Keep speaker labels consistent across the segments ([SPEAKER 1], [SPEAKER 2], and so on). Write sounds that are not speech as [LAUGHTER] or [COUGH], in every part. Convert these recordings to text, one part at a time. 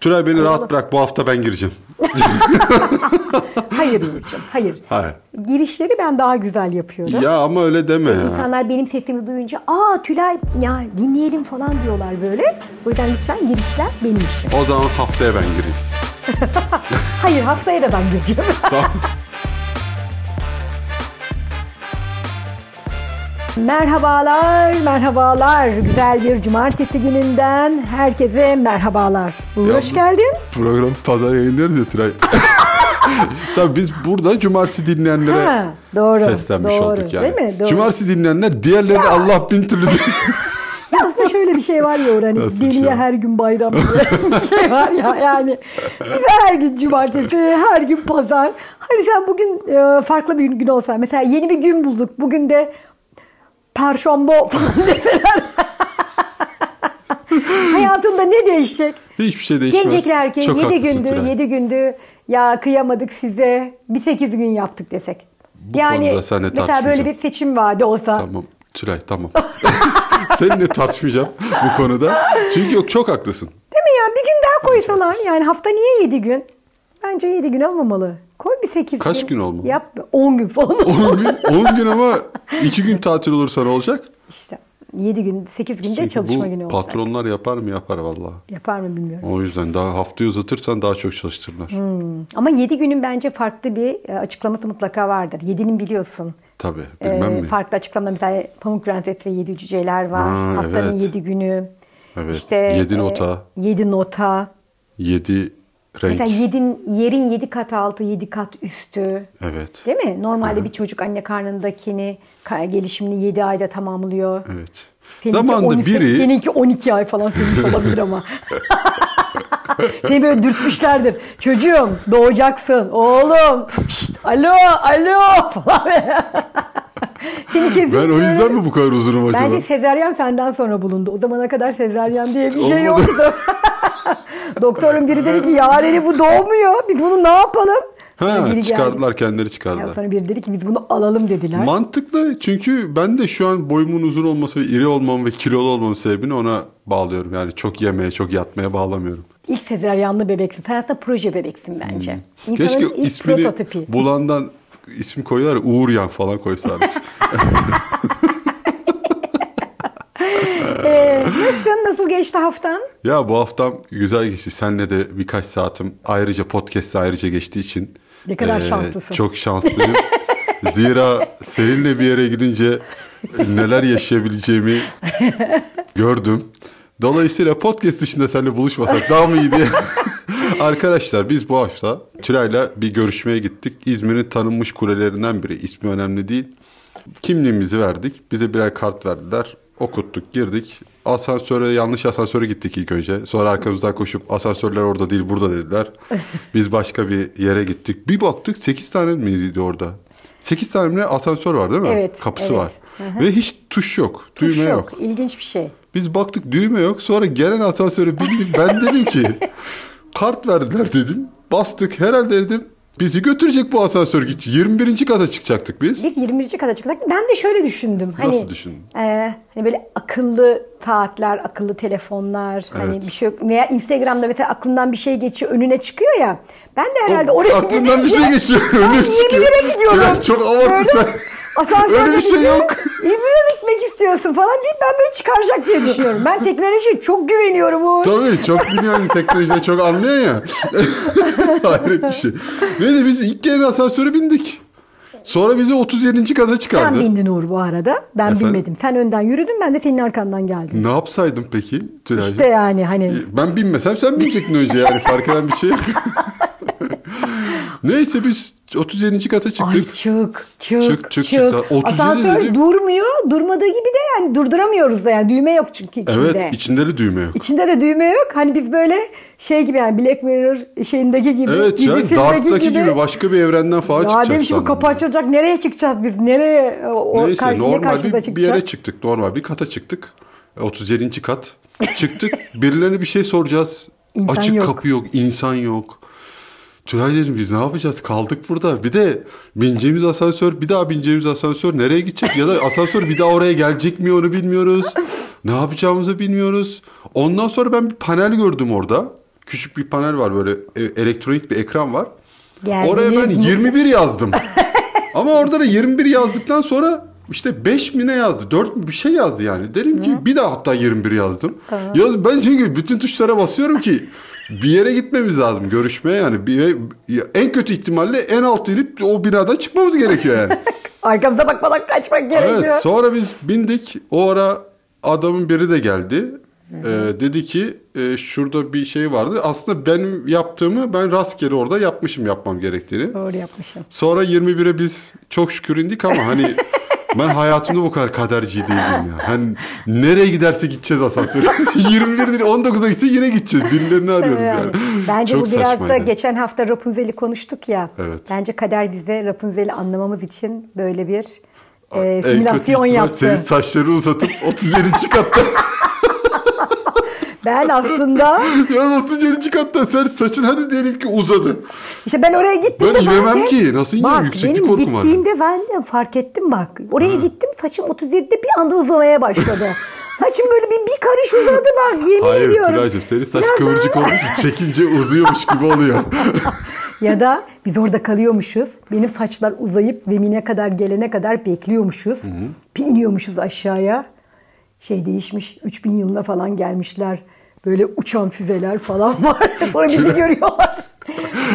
[SPEAKER 1] Tülay beni rahat bırak bu hafta ben gireceğim.
[SPEAKER 2] Hayır Nurcuğum, hayır.
[SPEAKER 1] Hayır.
[SPEAKER 2] Girişleri ben daha güzel yapıyorum.
[SPEAKER 1] Ya ama öyle deme ya.
[SPEAKER 2] İnsanlar benim sesimi duyunca aa Tülay ya dinleyelim falan diyorlar böyle. O yüzden lütfen girişler benim işim.
[SPEAKER 1] O zaman haftaya ben
[SPEAKER 2] [LAUGHS]
[SPEAKER 1] gireyim.
[SPEAKER 2] Hayır haftaya da ben gireceğim. [LAUGHS]
[SPEAKER 1] Tamam.
[SPEAKER 2] merhabalar, merhabalar. Güzel bir cumartesi gününden herkese merhabalar. Uğur,
[SPEAKER 1] Ya
[SPEAKER 2] hoş
[SPEAKER 1] bu-
[SPEAKER 2] geldin.
[SPEAKER 1] Program pazar yayınlarız ya Tülay. [LAUGHS] Tabii biz burada cumartesi dinleyenlere
[SPEAKER 2] Ha, doğru.
[SPEAKER 1] seslenmiş
[SPEAKER 2] doğru,
[SPEAKER 1] olduk yani.
[SPEAKER 2] Değil mi? Doğru.
[SPEAKER 1] Cumartesi dinleyenler diğerlerini Allah bin türlü
[SPEAKER 2] Ya Aslında şöyle bir şey var ya Uğur, hani
[SPEAKER 1] Nasıl bir şey
[SPEAKER 2] deliye
[SPEAKER 1] var?
[SPEAKER 2] her gün bayram diye [LAUGHS] bir şey var ya yani. Bize her gün cumartesi, her gün pazar. Hani sen bugün e, farklı bir gün olsa mesela yeni bir gün bulduk. Bugün de perşembe falan [LAUGHS] deseler. Hayatında ne değişecek?
[SPEAKER 1] [LAUGHS] Hiçbir şey değişmez.
[SPEAKER 2] Gelecek erkeğe
[SPEAKER 1] Çok
[SPEAKER 2] 7
[SPEAKER 1] haklısın
[SPEAKER 2] gündü,
[SPEAKER 1] Tülay.
[SPEAKER 2] 7 gündü ya kıyamadık size. Bir 8 gün yaptık desek.
[SPEAKER 1] Bu konuda seninle
[SPEAKER 2] mesela böyle
[SPEAKER 1] tartışmayacağım.
[SPEAKER 2] bir seçim vaadi olsa.
[SPEAKER 1] Tamam Tülay tamam. [LAUGHS] Seninle tartışmayacağım bu konuda. Çünkü yok çok haklısın.
[SPEAKER 2] Değil mi ya? Bir gün daha koysalar. Yani hafta niye 7 gün? Bence 7 gün olmamalı. Koy bir 8
[SPEAKER 1] Kaç gün olmalı?
[SPEAKER 2] Yap 10 gün falan.
[SPEAKER 1] 10 gün, 10 gün ama 2 gün tatil olursa ne olacak?
[SPEAKER 2] işte 7 gün, 8 günde
[SPEAKER 1] Çünkü
[SPEAKER 2] çalışma
[SPEAKER 1] Şey, bu
[SPEAKER 2] günü olacak.
[SPEAKER 1] patronlar yapar mı yapar vallahi.
[SPEAKER 2] Yapar mı bilmiyorum. Hmm.
[SPEAKER 1] O yüzden daha haftayı uzatırsan daha çok çalıştırırlar.
[SPEAKER 2] Ama 7 günün bence farklı bir e, açıklaması mutlaka vardır. 7'nin biliyorsun.
[SPEAKER 1] Tabii bilmem
[SPEAKER 2] e,
[SPEAKER 1] mi?
[SPEAKER 2] Farklı açıklamalar. Bir tane Pamuk Prenses ve 7 Cüceler var.
[SPEAKER 1] Ha,
[SPEAKER 2] Haftanın
[SPEAKER 1] evet.
[SPEAKER 2] 7 günü.
[SPEAKER 1] Evet,
[SPEAKER 2] İşte,
[SPEAKER 1] yedi nota.
[SPEAKER 2] 7 nota.
[SPEAKER 1] 7 renk.
[SPEAKER 2] Mesela yedin, yerin 7 kat altı, 7 kat üstü.
[SPEAKER 1] Evet.
[SPEAKER 2] Değil mi? Normalde bir çocuk anne karnındakini ka- gelişimini 7 ayda tamamlıyor.
[SPEAKER 1] Evet.
[SPEAKER 2] Seninki
[SPEAKER 1] Zamanında
[SPEAKER 2] 12
[SPEAKER 1] biri
[SPEAKER 2] Seninki 12 ay falan sürmüş
[SPEAKER 1] [LAUGHS]
[SPEAKER 2] olabilir ama. Seni böyle dürtmüşlerdir. Çocuğum doğacaksın. Oğlum. Şşt, alo alo [LAUGHS] falan. Seninki
[SPEAKER 1] ben o yüzden mi bu kadar uzunum acaba?
[SPEAKER 2] Bence sezeryan senden sonra bulundu. O zamana kadar sezeryan diye bir şey
[SPEAKER 1] Olmadı.
[SPEAKER 2] yoktu. [LAUGHS] Doktorun biri dedi ki ya dedi bu doğmuyor. Biz bunu ne yapalım? Sonra
[SPEAKER 1] ha
[SPEAKER 2] biri geldi.
[SPEAKER 1] çıkardılar kendileri
[SPEAKER 2] Ya
[SPEAKER 1] çıkardılar.
[SPEAKER 2] sonra biri dedi ki biz bunu alalım dediler.
[SPEAKER 1] Mantıklı çünkü ben de şu an boyumun uzun olması ve iri olmam ve kilolu olmamın sebebini ona bağlıyorum. Yani çok yemeye, çok yatmaya bağlamıyorum.
[SPEAKER 2] İlk sezeryanlı bebeksin. Sen aslında proje bebeksin bence. İnsanın
[SPEAKER 1] Hmm. Keşke
[SPEAKER 2] ilk
[SPEAKER 1] ismini
[SPEAKER 2] prototipi.
[SPEAKER 1] bulandan isim koyuyorlar ya, Uğuryan falan
[SPEAKER 2] [LAUGHS]
[SPEAKER 1] koysalarmış.
[SPEAKER 2] Ee, nasılsın? Nasıl geçti haftan?
[SPEAKER 1] ya bu haftam güzel geçti. Senle de birkaç saatim ayrıca podcast'te ayrıca geçtiği için.
[SPEAKER 2] Ne kadar
[SPEAKER 1] eee,
[SPEAKER 2] şanslısın.
[SPEAKER 1] Çok
[SPEAKER 2] [LAUGHS]
[SPEAKER 1] şanslıyım. Zira seninle bir yere gidince neler yaşayabileceğimi gördüm. Dolayısıyla podcast dışında seninle buluşmasak daha mı iyi diye. [LAUGHS] Arkadaşlar biz bu hafta Tülay'la bir görüşmeye gittik. İzmir'in tanınmış kulelerinden biri. İsmi önemli değil. Kimliğimizi verdik. Bize birer kart verdiler. Okuttuk, girdik. Asansöre, yanlış asansöre gittik ilk önce. Sonra arkamızdan koşup asansörler orada değil burada
[SPEAKER 2] [LAUGHS]
[SPEAKER 1] dediler. Biz başka bir yere gittik. Bir baktık 8 tane miydi orada? 8 tane mi ne asansör var değil mi?
[SPEAKER 2] Evet,
[SPEAKER 1] Kapısı
[SPEAKER 2] evet.
[SPEAKER 1] var. Ve hiç tuş yok,
[SPEAKER 2] Tuş
[SPEAKER 1] düğme yok.
[SPEAKER 2] yok. İlginç bir şey.
[SPEAKER 1] Biz baktık düğme yok. Sonra gelen asansöre bindik. Ben dedim ki kart verdiler dedim. Bastık herhalde dedim. Bizi götürecek bu asansör. Git 21. kata çıkacaktık biz.
[SPEAKER 2] Bir 20. kadar çıkacak. Ben de şöyle düşündüm. Hani,
[SPEAKER 1] Nasıl düşündün?
[SPEAKER 2] e, hani böyle akıllı saatler, akıllı telefonlar. Hani
[SPEAKER 1] Evet.
[SPEAKER 2] bir şey yok. Veya Instagram'da mesela aklından bir şey geçiyor, önüne çıkıyor ya. Ben de herhalde
[SPEAKER 1] O-
[SPEAKER 2] oraya
[SPEAKER 1] aklından bir
[SPEAKER 2] [LAUGHS]
[SPEAKER 1] şey geçiyor. Önüne çıkıyor.
[SPEAKER 2] İzmir'e gidiyorum.
[SPEAKER 1] Sen çok abartı sen.
[SPEAKER 2] Asansörde
[SPEAKER 1] Öyle bir şey
[SPEAKER 2] gidiyorum. [LAUGHS]
[SPEAKER 1] yok.
[SPEAKER 2] İzmir'e gitmek istiyorsun falan deyip ben böyle çıkaracak diye düşünüyorum. Ben teknolojiye çok güveniyorum Uğur.
[SPEAKER 1] Tabii çok biliyorum teknolojide çok anlıyor ya. [LAUGHS] Hayret bir şey. Neyse biz ilk gelen asansöre bindik. Sonra bizi 37. kata
[SPEAKER 2] Sen
[SPEAKER 1] çıkardı.
[SPEAKER 2] bindin Uğur bu arada. Ben
[SPEAKER 1] Efendim?
[SPEAKER 2] binmedim. Sen önden yürüdün ben de senin arkandan geldim.
[SPEAKER 1] Ne yapsaydım peki Tülay'cığım?
[SPEAKER 2] İşte yani hani
[SPEAKER 1] Ben binmesem sen binecektin önce yani fark eden bir şey yok. [LAUGHS] Neyse biz 37. kata
[SPEAKER 2] Ay
[SPEAKER 1] çıktık.
[SPEAKER 2] çık, çık,
[SPEAKER 1] Çık, çık,
[SPEAKER 2] çık.
[SPEAKER 1] çık. Sen 37
[SPEAKER 2] Asansör
[SPEAKER 1] dedim.
[SPEAKER 2] durmuyor. Durmadığı gibi de yani durduramıyoruz da yani. Düğme yok çünkü içinde.
[SPEAKER 1] evet içinde de düğme yok.
[SPEAKER 2] İçinde de düğme yok. Hani biz böyle şey gibi yani Black Mirror şeyindeki gibi.
[SPEAKER 1] Evet yani
[SPEAKER 2] dizisindeki
[SPEAKER 1] Dark'taki gibi. başka bir evrenden falan
[SPEAKER 2] Ya
[SPEAKER 1] çıkacak
[SPEAKER 2] dedim şimdi
[SPEAKER 1] sandım.
[SPEAKER 2] kapı açılacak. Nereye çıkacağız biz? Nereye? O,
[SPEAKER 1] Neyse
[SPEAKER 2] karşı- niye
[SPEAKER 1] normal
[SPEAKER 2] karşımıza
[SPEAKER 1] bir,
[SPEAKER 2] çıkacak?
[SPEAKER 1] bir yere çıktık. Normal bir kata çıktık. 37. kat.
[SPEAKER 2] [LAUGHS]
[SPEAKER 1] Çıktık. Birilerine bir şey soracağız.
[SPEAKER 2] İnsan
[SPEAKER 1] Açık
[SPEAKER 2] yok.
[SPEAKER 1] kapı yok. insan yok. Tülay dedim biz ne yapacağız? Kaldık burada. Bir de bineceğimiz asansör, bir daha bineceğimiz asansör nereye gidecek? Ya da asansör bir daha oraya gelecek mi onu bilmiyoruz. Ne yapacağımızı bilmiyoruz. Ondan sonra ben bir panel gördüm orada. küçük bir panel var böyle e, elektronik bir ekran var.
[SPEAKER 2] Geldiniz
[SPEAKER 1] Oraya ben
[SPEAKER 2] mi?
[SPEAKER 1] 21 yazdım. Ama orada da 21 yazdıktan sonra işte 5 mi ne yazdı? 4 mü bir şey yazdı yani. Dedim ki bir daha hatta 21 yazdım. Yaz ben çünkü bütün tuşlara basıyorum ki bir yere gitmemiz lazım görüşmeye yani. Bir, e, en kötü ihtimalle en altı inip o binadan çıkmamız gerekiyor yani.
[SPEAKER 2] Arkamıza bakmadan kaçmak gerekiyor.
[SPEAKER 1] Evet sonra biz bindik. O ara adamın biri de geldi. Ee, dedi ki e, şurada bir şey vardı. Aslında benim yaptığımı ben rastgele orada yapmışım yapmam gerektiğini.
[SPEAKER 2] Doğru yapmışım.
[SPEAKER 1] Sonra 21'e biz çok şükür indik ama
[SPEAKER 2] [LAUGHS]
[SPEAKER 1] hani ben hayatımda bu kadar kaderci değildim ya. Hani nereye giderse gideceğiz asansör. [LAUGHS] 21 değil 19'a gitse yine gideceğiz. Birilerini arıyoruz yani.
[SPEAKER 2] Yani Bence
[SPEAKER 1] çok
[SPEAKER 2] bu biraz da
[SPEAKER 1] saçmaydı.
[SPEAKER 2] geçen hafta Rapunzel'i konuştuk ya.
[SPEAKER 1] Evet.
[SPEAKER 2] Bence kader bize Rapunzel'i anlamamız için böyle bir e,
[SPEAKER 1] En kötü
[SPEAKER 2] simülasyon
[SPEAKER 1] ihtimal
[SPEAKER 2] yaptı.
[SPEAKER 1] Senin saçları uzatıp 37.
[SPEAKER 2] [LAUGHS]
[SPEAKER 1] katta. [LAUGHS]
[SPEAKER 2] Ben aslında
[SPEAKER 1] ya 37. katta sen saçın hadi diyelim ki uzadı.
[SPEAKER 2] işte ben oraya
[SPEAKER 1] Ben
[SPEAKER 2] gittiğimde
[SPEAKER 1] yemem
[SPEAKER 2] bence-
[SPEAKER 1] ki. Nasıl yiyeyim?
[SPEAKER 2] Bak,
[SPEAKER 1] Yükseklik
[SPEAKER 2] benim
[SPEAKER 1] korkum var.
[SPEAKER 2] gittiğimde ben de fark ettim bak. Oraya gittim saçım 37'de bir anda
[SPEAKER 1] [LAUGHS]
[SPEAKER 2] uzamaya başladı. saçım böyle bir, bir karış uzadı bak yemin
[SPEAKER 1] Hayır
[SPEAKER 2] ediyorum.
[SPEAKER 1] Tülay'cığım senin saç
[SPEAKER 2] Ya
[SPEAKER 1] kıvırcık olduğu için çekince uzuyormuş gibi oluyor.
[SPEAKER 2] Ya da biz orada kalıyormuşuz. Benim saçlar uzayıp zemine kadar gelene kadar bekliyormuşuz. Bir iniyormuşuz aşağıya. Şey değişmiş 3000 yılına falan gelmişler. Böyle uçan füzeler falan var. [LAUGHS] Sonra bizi
[SPEAKER 1] [LAUGHS]
[SPEAKER 2] görüyorlar.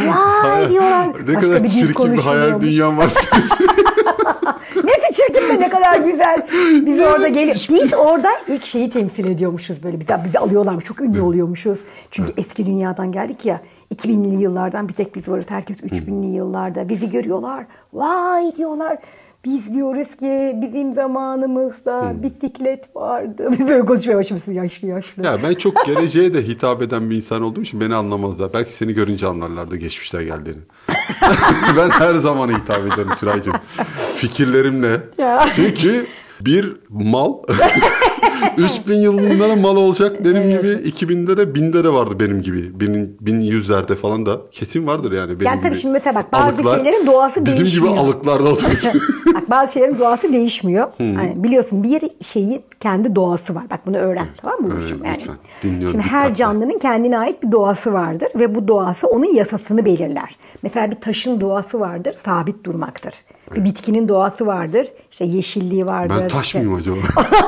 [SPEAKER 2] Vay diyorlar.
[SPEAKER 1] ne
[SPEAKER 2] Başka
[SPEAKER 1] kadar
[SPEAKER 2] bir dil
[SPEAKER 1] çirkin bir hayal
[SPEAKER 2] konuşuluyormuş.
[SPEAKER 1] dünyan var
[SPEAKER 2] [LAUGHS]
[SPEAKER 1] senin.
[SPEAKER 2] Nesi çirkin de ne kadar güzel. Biz orada gelip biz orada ilk şeyi temsil ediyormuşuz böyle. Bizi, bizi alıyorlarmış. Çok ünlü oluyormuşuz. Çünkü eski dünyadan geldik ya. 2000'li yıllardan bir tek biz varız. Herkes 3000'li yıllarda. Bizi görüyorlar. Vay diyorlar. Biz diyoruz ki bizim zamanımızda bisiklet vardı. Biz öyle konuşmaya başlamışız yaşlı yaşlı.
[SPEAKER 1] Ya ben
[SPEAKER 2] [LAUGHS]
[SPEAKER 1] çok geleceğe de hitap eden bir insan olduğum için beni anlamazlar. Belki seni görünce anlarlar da geçmişler geldiğini. [LAUGHS] ben her zamana hitap ediyorum Tülay'cığım. Fikirlerimle.
[SPEAKER 2] Ya.
[SPEAKER 1] Çünkü bir
[SPEAKER 2] [LAUGHS]
[SPEAKER 1] mal 3000 yılında da mal olacak benim gibi 2000'de de 1000'de de vardı benim gibi. 1000 1100'lerde falan da kesin vardır yani benim
[SPEAKER 2] Yani tabii
[SPEAKER 1] gibi.
[SPEAKER 2] şimdi Mete bak, bazı
[SPEAKER 1] Alıklar,
[SPEAKER 2] şeylerin doğası
[SPEAKER 1] Bizim gibi
[SPEAKER 2] değişmiyor.
[SPEAKER 1] alıklarda oturuyor.
[SPEAKER 2] [LAUGHS] Bak bazı şeylerin doğası değişmiyor. Yani biliyorsun bir şeyin kendi doğası var. Bak bunu öğren tamam mı?
[SPEAKER 1] öğren,
[SPEAKER 2] Burcu'cum?
[SPEAKER 1] lütfen. Dinliyorum,
[SPEAKER 2] Şimdi her
[SPEAKER 1] dikkatle.
[SPEAKER 2] canlının kendine ait bir doğası vardır ve bu doğası onun yasasını belirler. Mesela bir taşın doğası vardır, sabit durmaktır. Bir bitkinin doğası vardır, işte yeşilliği vardır.
[SPEAKER 1] ben taş
[SPEAKER 2] işte- [LAUGHS]
[SPEAKER 1] mıyım [LAUGHS] acaba?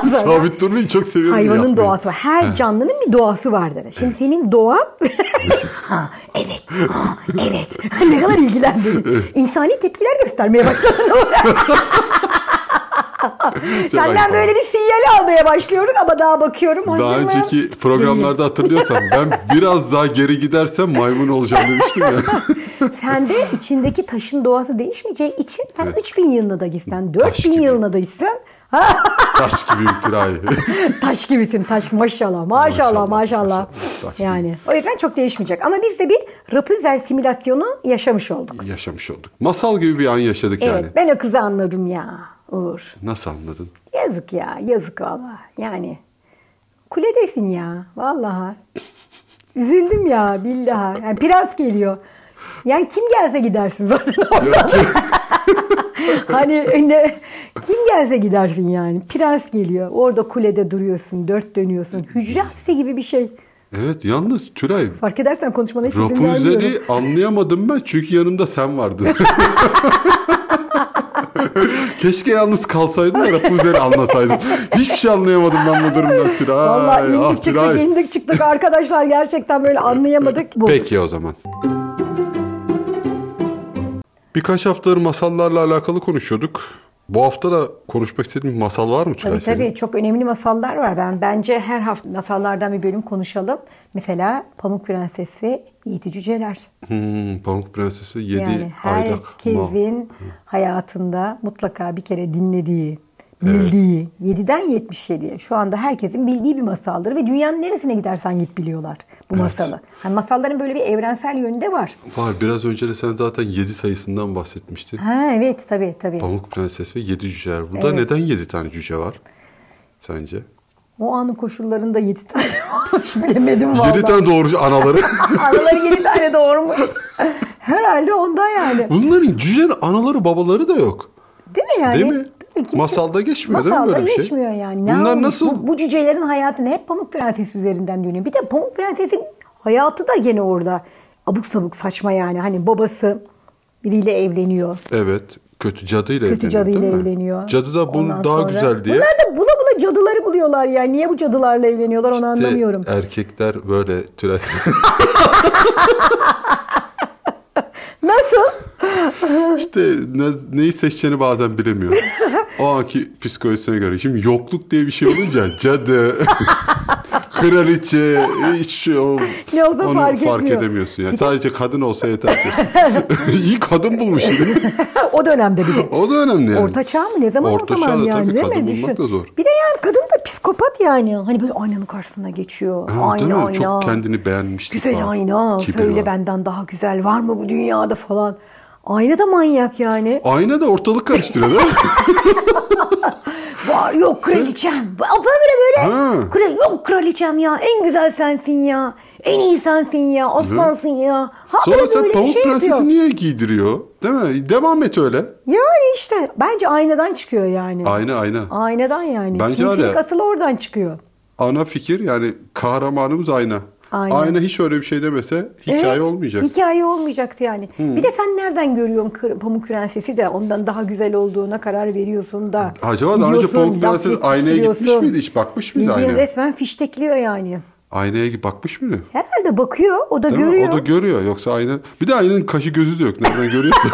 [SPEAKER 2] Sonra-
[SPEAKER 1] Sabit durmayı çok seviyorum.
[SPEAKER 2] Hayvanın
[SPEAKER 1] yapmayı.
[SPEAKER 2] doğası var. Her canlının bir doğası vardır. Şimdi
[SPEAKER 1] [LAUGHS]
[SPEAKER 2] senin doğan [LAUGHS] ha, evet. Ha, evet. [LAUGHS] ne kadar ilgilendin. İnsani tepkiler göstermeye başladın orada. Senden
[SPEAKER 1] ayıp
[SPEAKER 2] böyle
[SPEAKER 1] ama.
[SPEAKER 2] bir sinyal almaya başlıyoruz ama daha bakıyorum.
[SPEAKER 1] Daha
[SPEAKER 2] hazır mı?
[SPEAKER 1] önceki programlarda hatırlıyorsan ben biraz daha geri gidersem maymun olacağım demiştim
[SPEAKER 2] [LAUGHS]
[SPEAKER 1] ya.
[SPEAKER 2] Sende içindeki taşın doğası değişmeyeceği için sen
[SPEAKER 1] Evet.
[SPEAKER 2] 3000 yılına da gitsen,
[SPEAKER 1] Taş
[SPEAKER 2] 4000
[SPEAKER 1] gibi.
[SPEAKER 2] yılına da gitsen
[SPEAKER 1] Taş gibi iptirayı.
[SPEAKER 2] taş gibisin taş maşallah maşallah maşallah.
[SPEAKER 1] Maşallah, maşallah, taş gibi.
[SPEAKER 2] yani o yüzden çok değişmeyecek ama biz de bir Rapunzel simülasyonu yaşamış olduk.
[SPEAKER 1] Yaşamış olduk. Masal gibi bir an yaşadık yani.
[SPEAKER 2] Evet ben o kızı anladım ya Uğur.
[SPEAKER 1] Nasıl anladın?
[SPEAKER 2] Yazık ya yazık valla yani kuledesin ya vallahi. Üzüldüm ya billahi. Yani prens geliyor. Yani kim gelse gidersin zaten.
[SPEAKER 1] Ya,
[SPEAKER 2] [LAUGHS] hani ne, kim gelse gidersin yani. Prens geliyor. Orada kulede duruyorsun. Dört dönüyorsun. Hücre hapse gibi bir şey.
[SPEAKER 1] evet yalnız Tülay
[SPEAKER 2] Fark edersen konuşmana hiç izin vermiyorum.
[SPEAKER 1] Rapunzel'i anlayamadım ben çünkü yanımda sen vardın. [LAUGHS] Keşke yalnız kalsaydın da Rapunzel'i anlasaydın. Hiçbir şey anlayamadım ben bu durumdan Tülay.
[SPEAKER 2] Vallahi indik
[SPEAKER 1] ah
[SPEAKER 2] çıktık,
[SPEAKER 1] Tülay.
[SPEAKER 2] indik çıktık arkadaşlar gerçekten böyle anlayamadık.
[SPEAKER 1] [LAUGHS]
[SPEAKER 2] Bu.
[SPEAKER 1] Peki o zaman. Birkaç haftadır masallarla alakalı konuşuyorduk. Bu hafta da konuşmak istediğin bir masal var mı Tülay
[SPEAKER 2] Tabii
[SPEAKER 1] senin?
[SPEAKER 2] tabii çok önemli masallar var. Ben bence her hafta masallardan bir bölüm konuşalım. Mesela Pamuk Prenses ve Yiğit Cüceler.
[SPEAKER 1] Hmm, Pamuk Prensesi 7
[SPEAKER 2] Yani
[SPEAKER 1] aylak mal.
[SPEAKER 2] herkesin hayatında mutlaka bir kere dinlediği, bildiği, 7'den 77'ye şu anda herkesin bildiği bir masaldır ve dünyanın neresine gidersen git biliyorlar bu masalı. Hani masalların böyle bir evrensel yönü de var.
[SPEAKER 1] Var biraz önce de sen zaten 7 sayısından bahsetmiştin.
[SPEAKER 2] Ha evet tabii tabii.
[SPEAKER 1] Pamuk Prenses ve 7 cüceler. Burada
[SPEAKER 2] Evet.
[SPEAKER 1] neden 7 tane cüce var sence?
[SPEAKER 2] O anın koşullarında 7 tane [LAUGHS] varmış bilemedim vallahi.
[SPEAKER 1] 7 tane doğrucu anaları. [LAUGHS]
[SPEAKER 2] Araları 7 tane doğurmuş. Herhalde ondan yani.
[SPEAKER 1] Bunların cücelerin anaları babaları da yok.
[SPEAKER 2] Değil mi yani?
[SPEAKER 1] Değil mi?
[SPEAKER 2] Tabii ki.
[SPEAKER 1] Masalda geçmiyor değil mi
[SPEAKER 2] Masalda
[SPEAKER 1] böyle bir şey?
[SPEAKER 2] geçmiyor yani. Ne
[SPEAKER 1] Bunlar
[SPEAKER 2] olmuş?
[SPEAKER 1] nasıl
[SPEAKER 2] Bu, bu cücelerin hayatını hep Pamuk Prenses üzerinden dönüyor. Bir de Pamuk Prenses'in Hayatı da gene orada. Abuk sabuk saçma yani. Hani babası biriyle evleniyor.
[SPEAKER 1] Evet. Kötü cadıyla
[SPEAKER 2] Kötü
[SPEAKER 1] evleniyor değil
[SPEAKER 2] cadıyla
[SPEAKER 1] mi?
[SPEAKER 2] evleniyor.
[SPEAKER 1] Cadı da bunu
[SPEAKER 2] Ondan
[SPEAKER 1] daha
[SPEAKER 2] sonra-
[SPEAKER 1] güzel diye.
[SPEAKER 2] Bunlar da bula bula cadıları buluyorlar yani. Niye bu cadılarla evleniyorlar onu
[SPEAKER 1] İşte
[SPEAKER 2] anlamıyorum.
[SPEAKER 1] Erkekler böyle türe. [LAUGHS] e-
[SPEAKER 2] Nasıl? [LAUGHS]
[SPEAKER 1] işte ne, neyi seçeceğini bazen
[SPEAKER 2] [LAUGHS]
[SPEAKER 1] bilemiyor. O anki psikolojisine göre. Şimdi yokluk diye bir şey olunca cadı, [LAUGHS] kraliçe, hiç şey o,
[SPEAKER 2] Ne olsa
[SPEAKER 1] onu
[SPEAKER 2] fark etmiyor.
[SPEAKER 1] edemiyorsun. Yani. Sadece kadın olsa yeter
[SPEAKER 2] [LAUGHS]
[SPEAKER 1] diyorsun. [LAUGHS] İyi kadın bulmuşsun.
[SPEAKER 2] o dönemde bir
[SPEAKER 1] [LAUGHS]
[SPEAKER 2] de.
[SPEAKER 1] O da önemli yani.
[SPEAKER 2] Orta çağ mı ne zaman
[SPEAKER 1] Orta
[SPEAKER 2] o zaman
[SPEAKER 1] çağda
[SPEAKER 2] yani
[SPEAKER 1] tabii
[SPEAKER 2] değil
[SPEAKER 1] kadın
[SPEAKER 2] mi?
[SPEAKER 1] bulmak da zor.
[SPEAKER 2] Bir de yani kadın da psikopat yani. Hani böyle aynanın karşısına geçiyor.
[SPEAKER 1] Ha,
[SPEAKER 2] ayna
[SPEAKER 1] değil mi?
[SPEAKER 2] ayna.
[SPEAKER 1] Çok kendini beğenmişlik
[SPEAKER 2] Güzel
[SPEAKER 1] var.
[SPEAKER 2] ayna.
[SPEAKER 1] Kibir
[SPEAKER 2] Söyle
[SPEAKER 1] var.
[SPEAKER 2] benden daha güzel var mı bu dünyada falan. Ayna da manyak yani.
[SPEAKER 1] Ayna da ortalık karıştırıyor değil mi?
[SPEAKER 2] [LAUGHS] Var yok kraliçem. Aa, Böyle böyle.
[SPEAKER 1] Ha.
[SPEAKER 2] Kral, yok kraliçem ya. En güzel sensin ya. En iyi sensin ya. Aslansın ya. Ha,
[SPEAKER 1] Sonra
[SPEAKER 2] böyle böyle
[SPEAKER 1] sen
[SPEAKER 2] bir
[SPEAKER 1] Pamuk
[SPEAKER 2] şey
[SPEAKER 1] Prensesi
[SPEAKER 2] yapıyor.
[SPEAKER 1] niye giydiriyor? Değil mi? Devam et öyle.
[SPEAKER 2] Yani işte. Bence aynadan çıkıyor yani.
[SPEAKER 1] Ayna ayna.
[SPEAKER 2] Aynadan yani.
[SPEAKER 1] Bence
[SPEAKER 2] Kimselik
[SPEAKER 1] öyle.
[SPEAKER 2] asıl oradan çıkıyor.
[SPEAKER 1] Ana fikir yani kahramanımız ayna.
[SPEAKER 2] Ayna.
[SPEAKER 1] Ayna hiç öyle bir şey demese hikaye Hmm.
[SPEAKER 2] Evet,
[SPEAKER 1] olmayacak.
[SPEAKER 2] Hikaye olmayacaktı yani. Bir de sen nereden görüyorsun Kır- Pamuk Prensesi de ondan daha güzel olduğuna karar veriyorsun da.
[SPEAKER 1] Acaba daha önce
[SPEAKER 2] Gidiyorsun,
[SPEAKER 1] Pamuk
[SPEAKER 2] laf
[SPEAKER 1] Prenses aynaya
[SPEAKER 2] yetiştiriyorsun.
[SPEAKER 1] gitmiş miydi hiç? Bakmış mıydı
[SPEAKER 2] Bildiğin
[SPEAKER 1] aynaya?
[SPEAKER 2] resmen fiştekliyor yani.
[SPEAKER 1] Aynaya bakmış mıydı?
[SPEAKER 2] Herhalde bakıyor, o da
[SPEAKER 1] Değil mi?
[SPEAKER 2] görüyor.
[SPEAKER 1] O da görüyor. Yoksa ayna... Bir de aynanın kaşı gözü de yok. Nereden
[SPEAKER 2] [LAUGHS]
[SPEAKER 1] görüyorsun?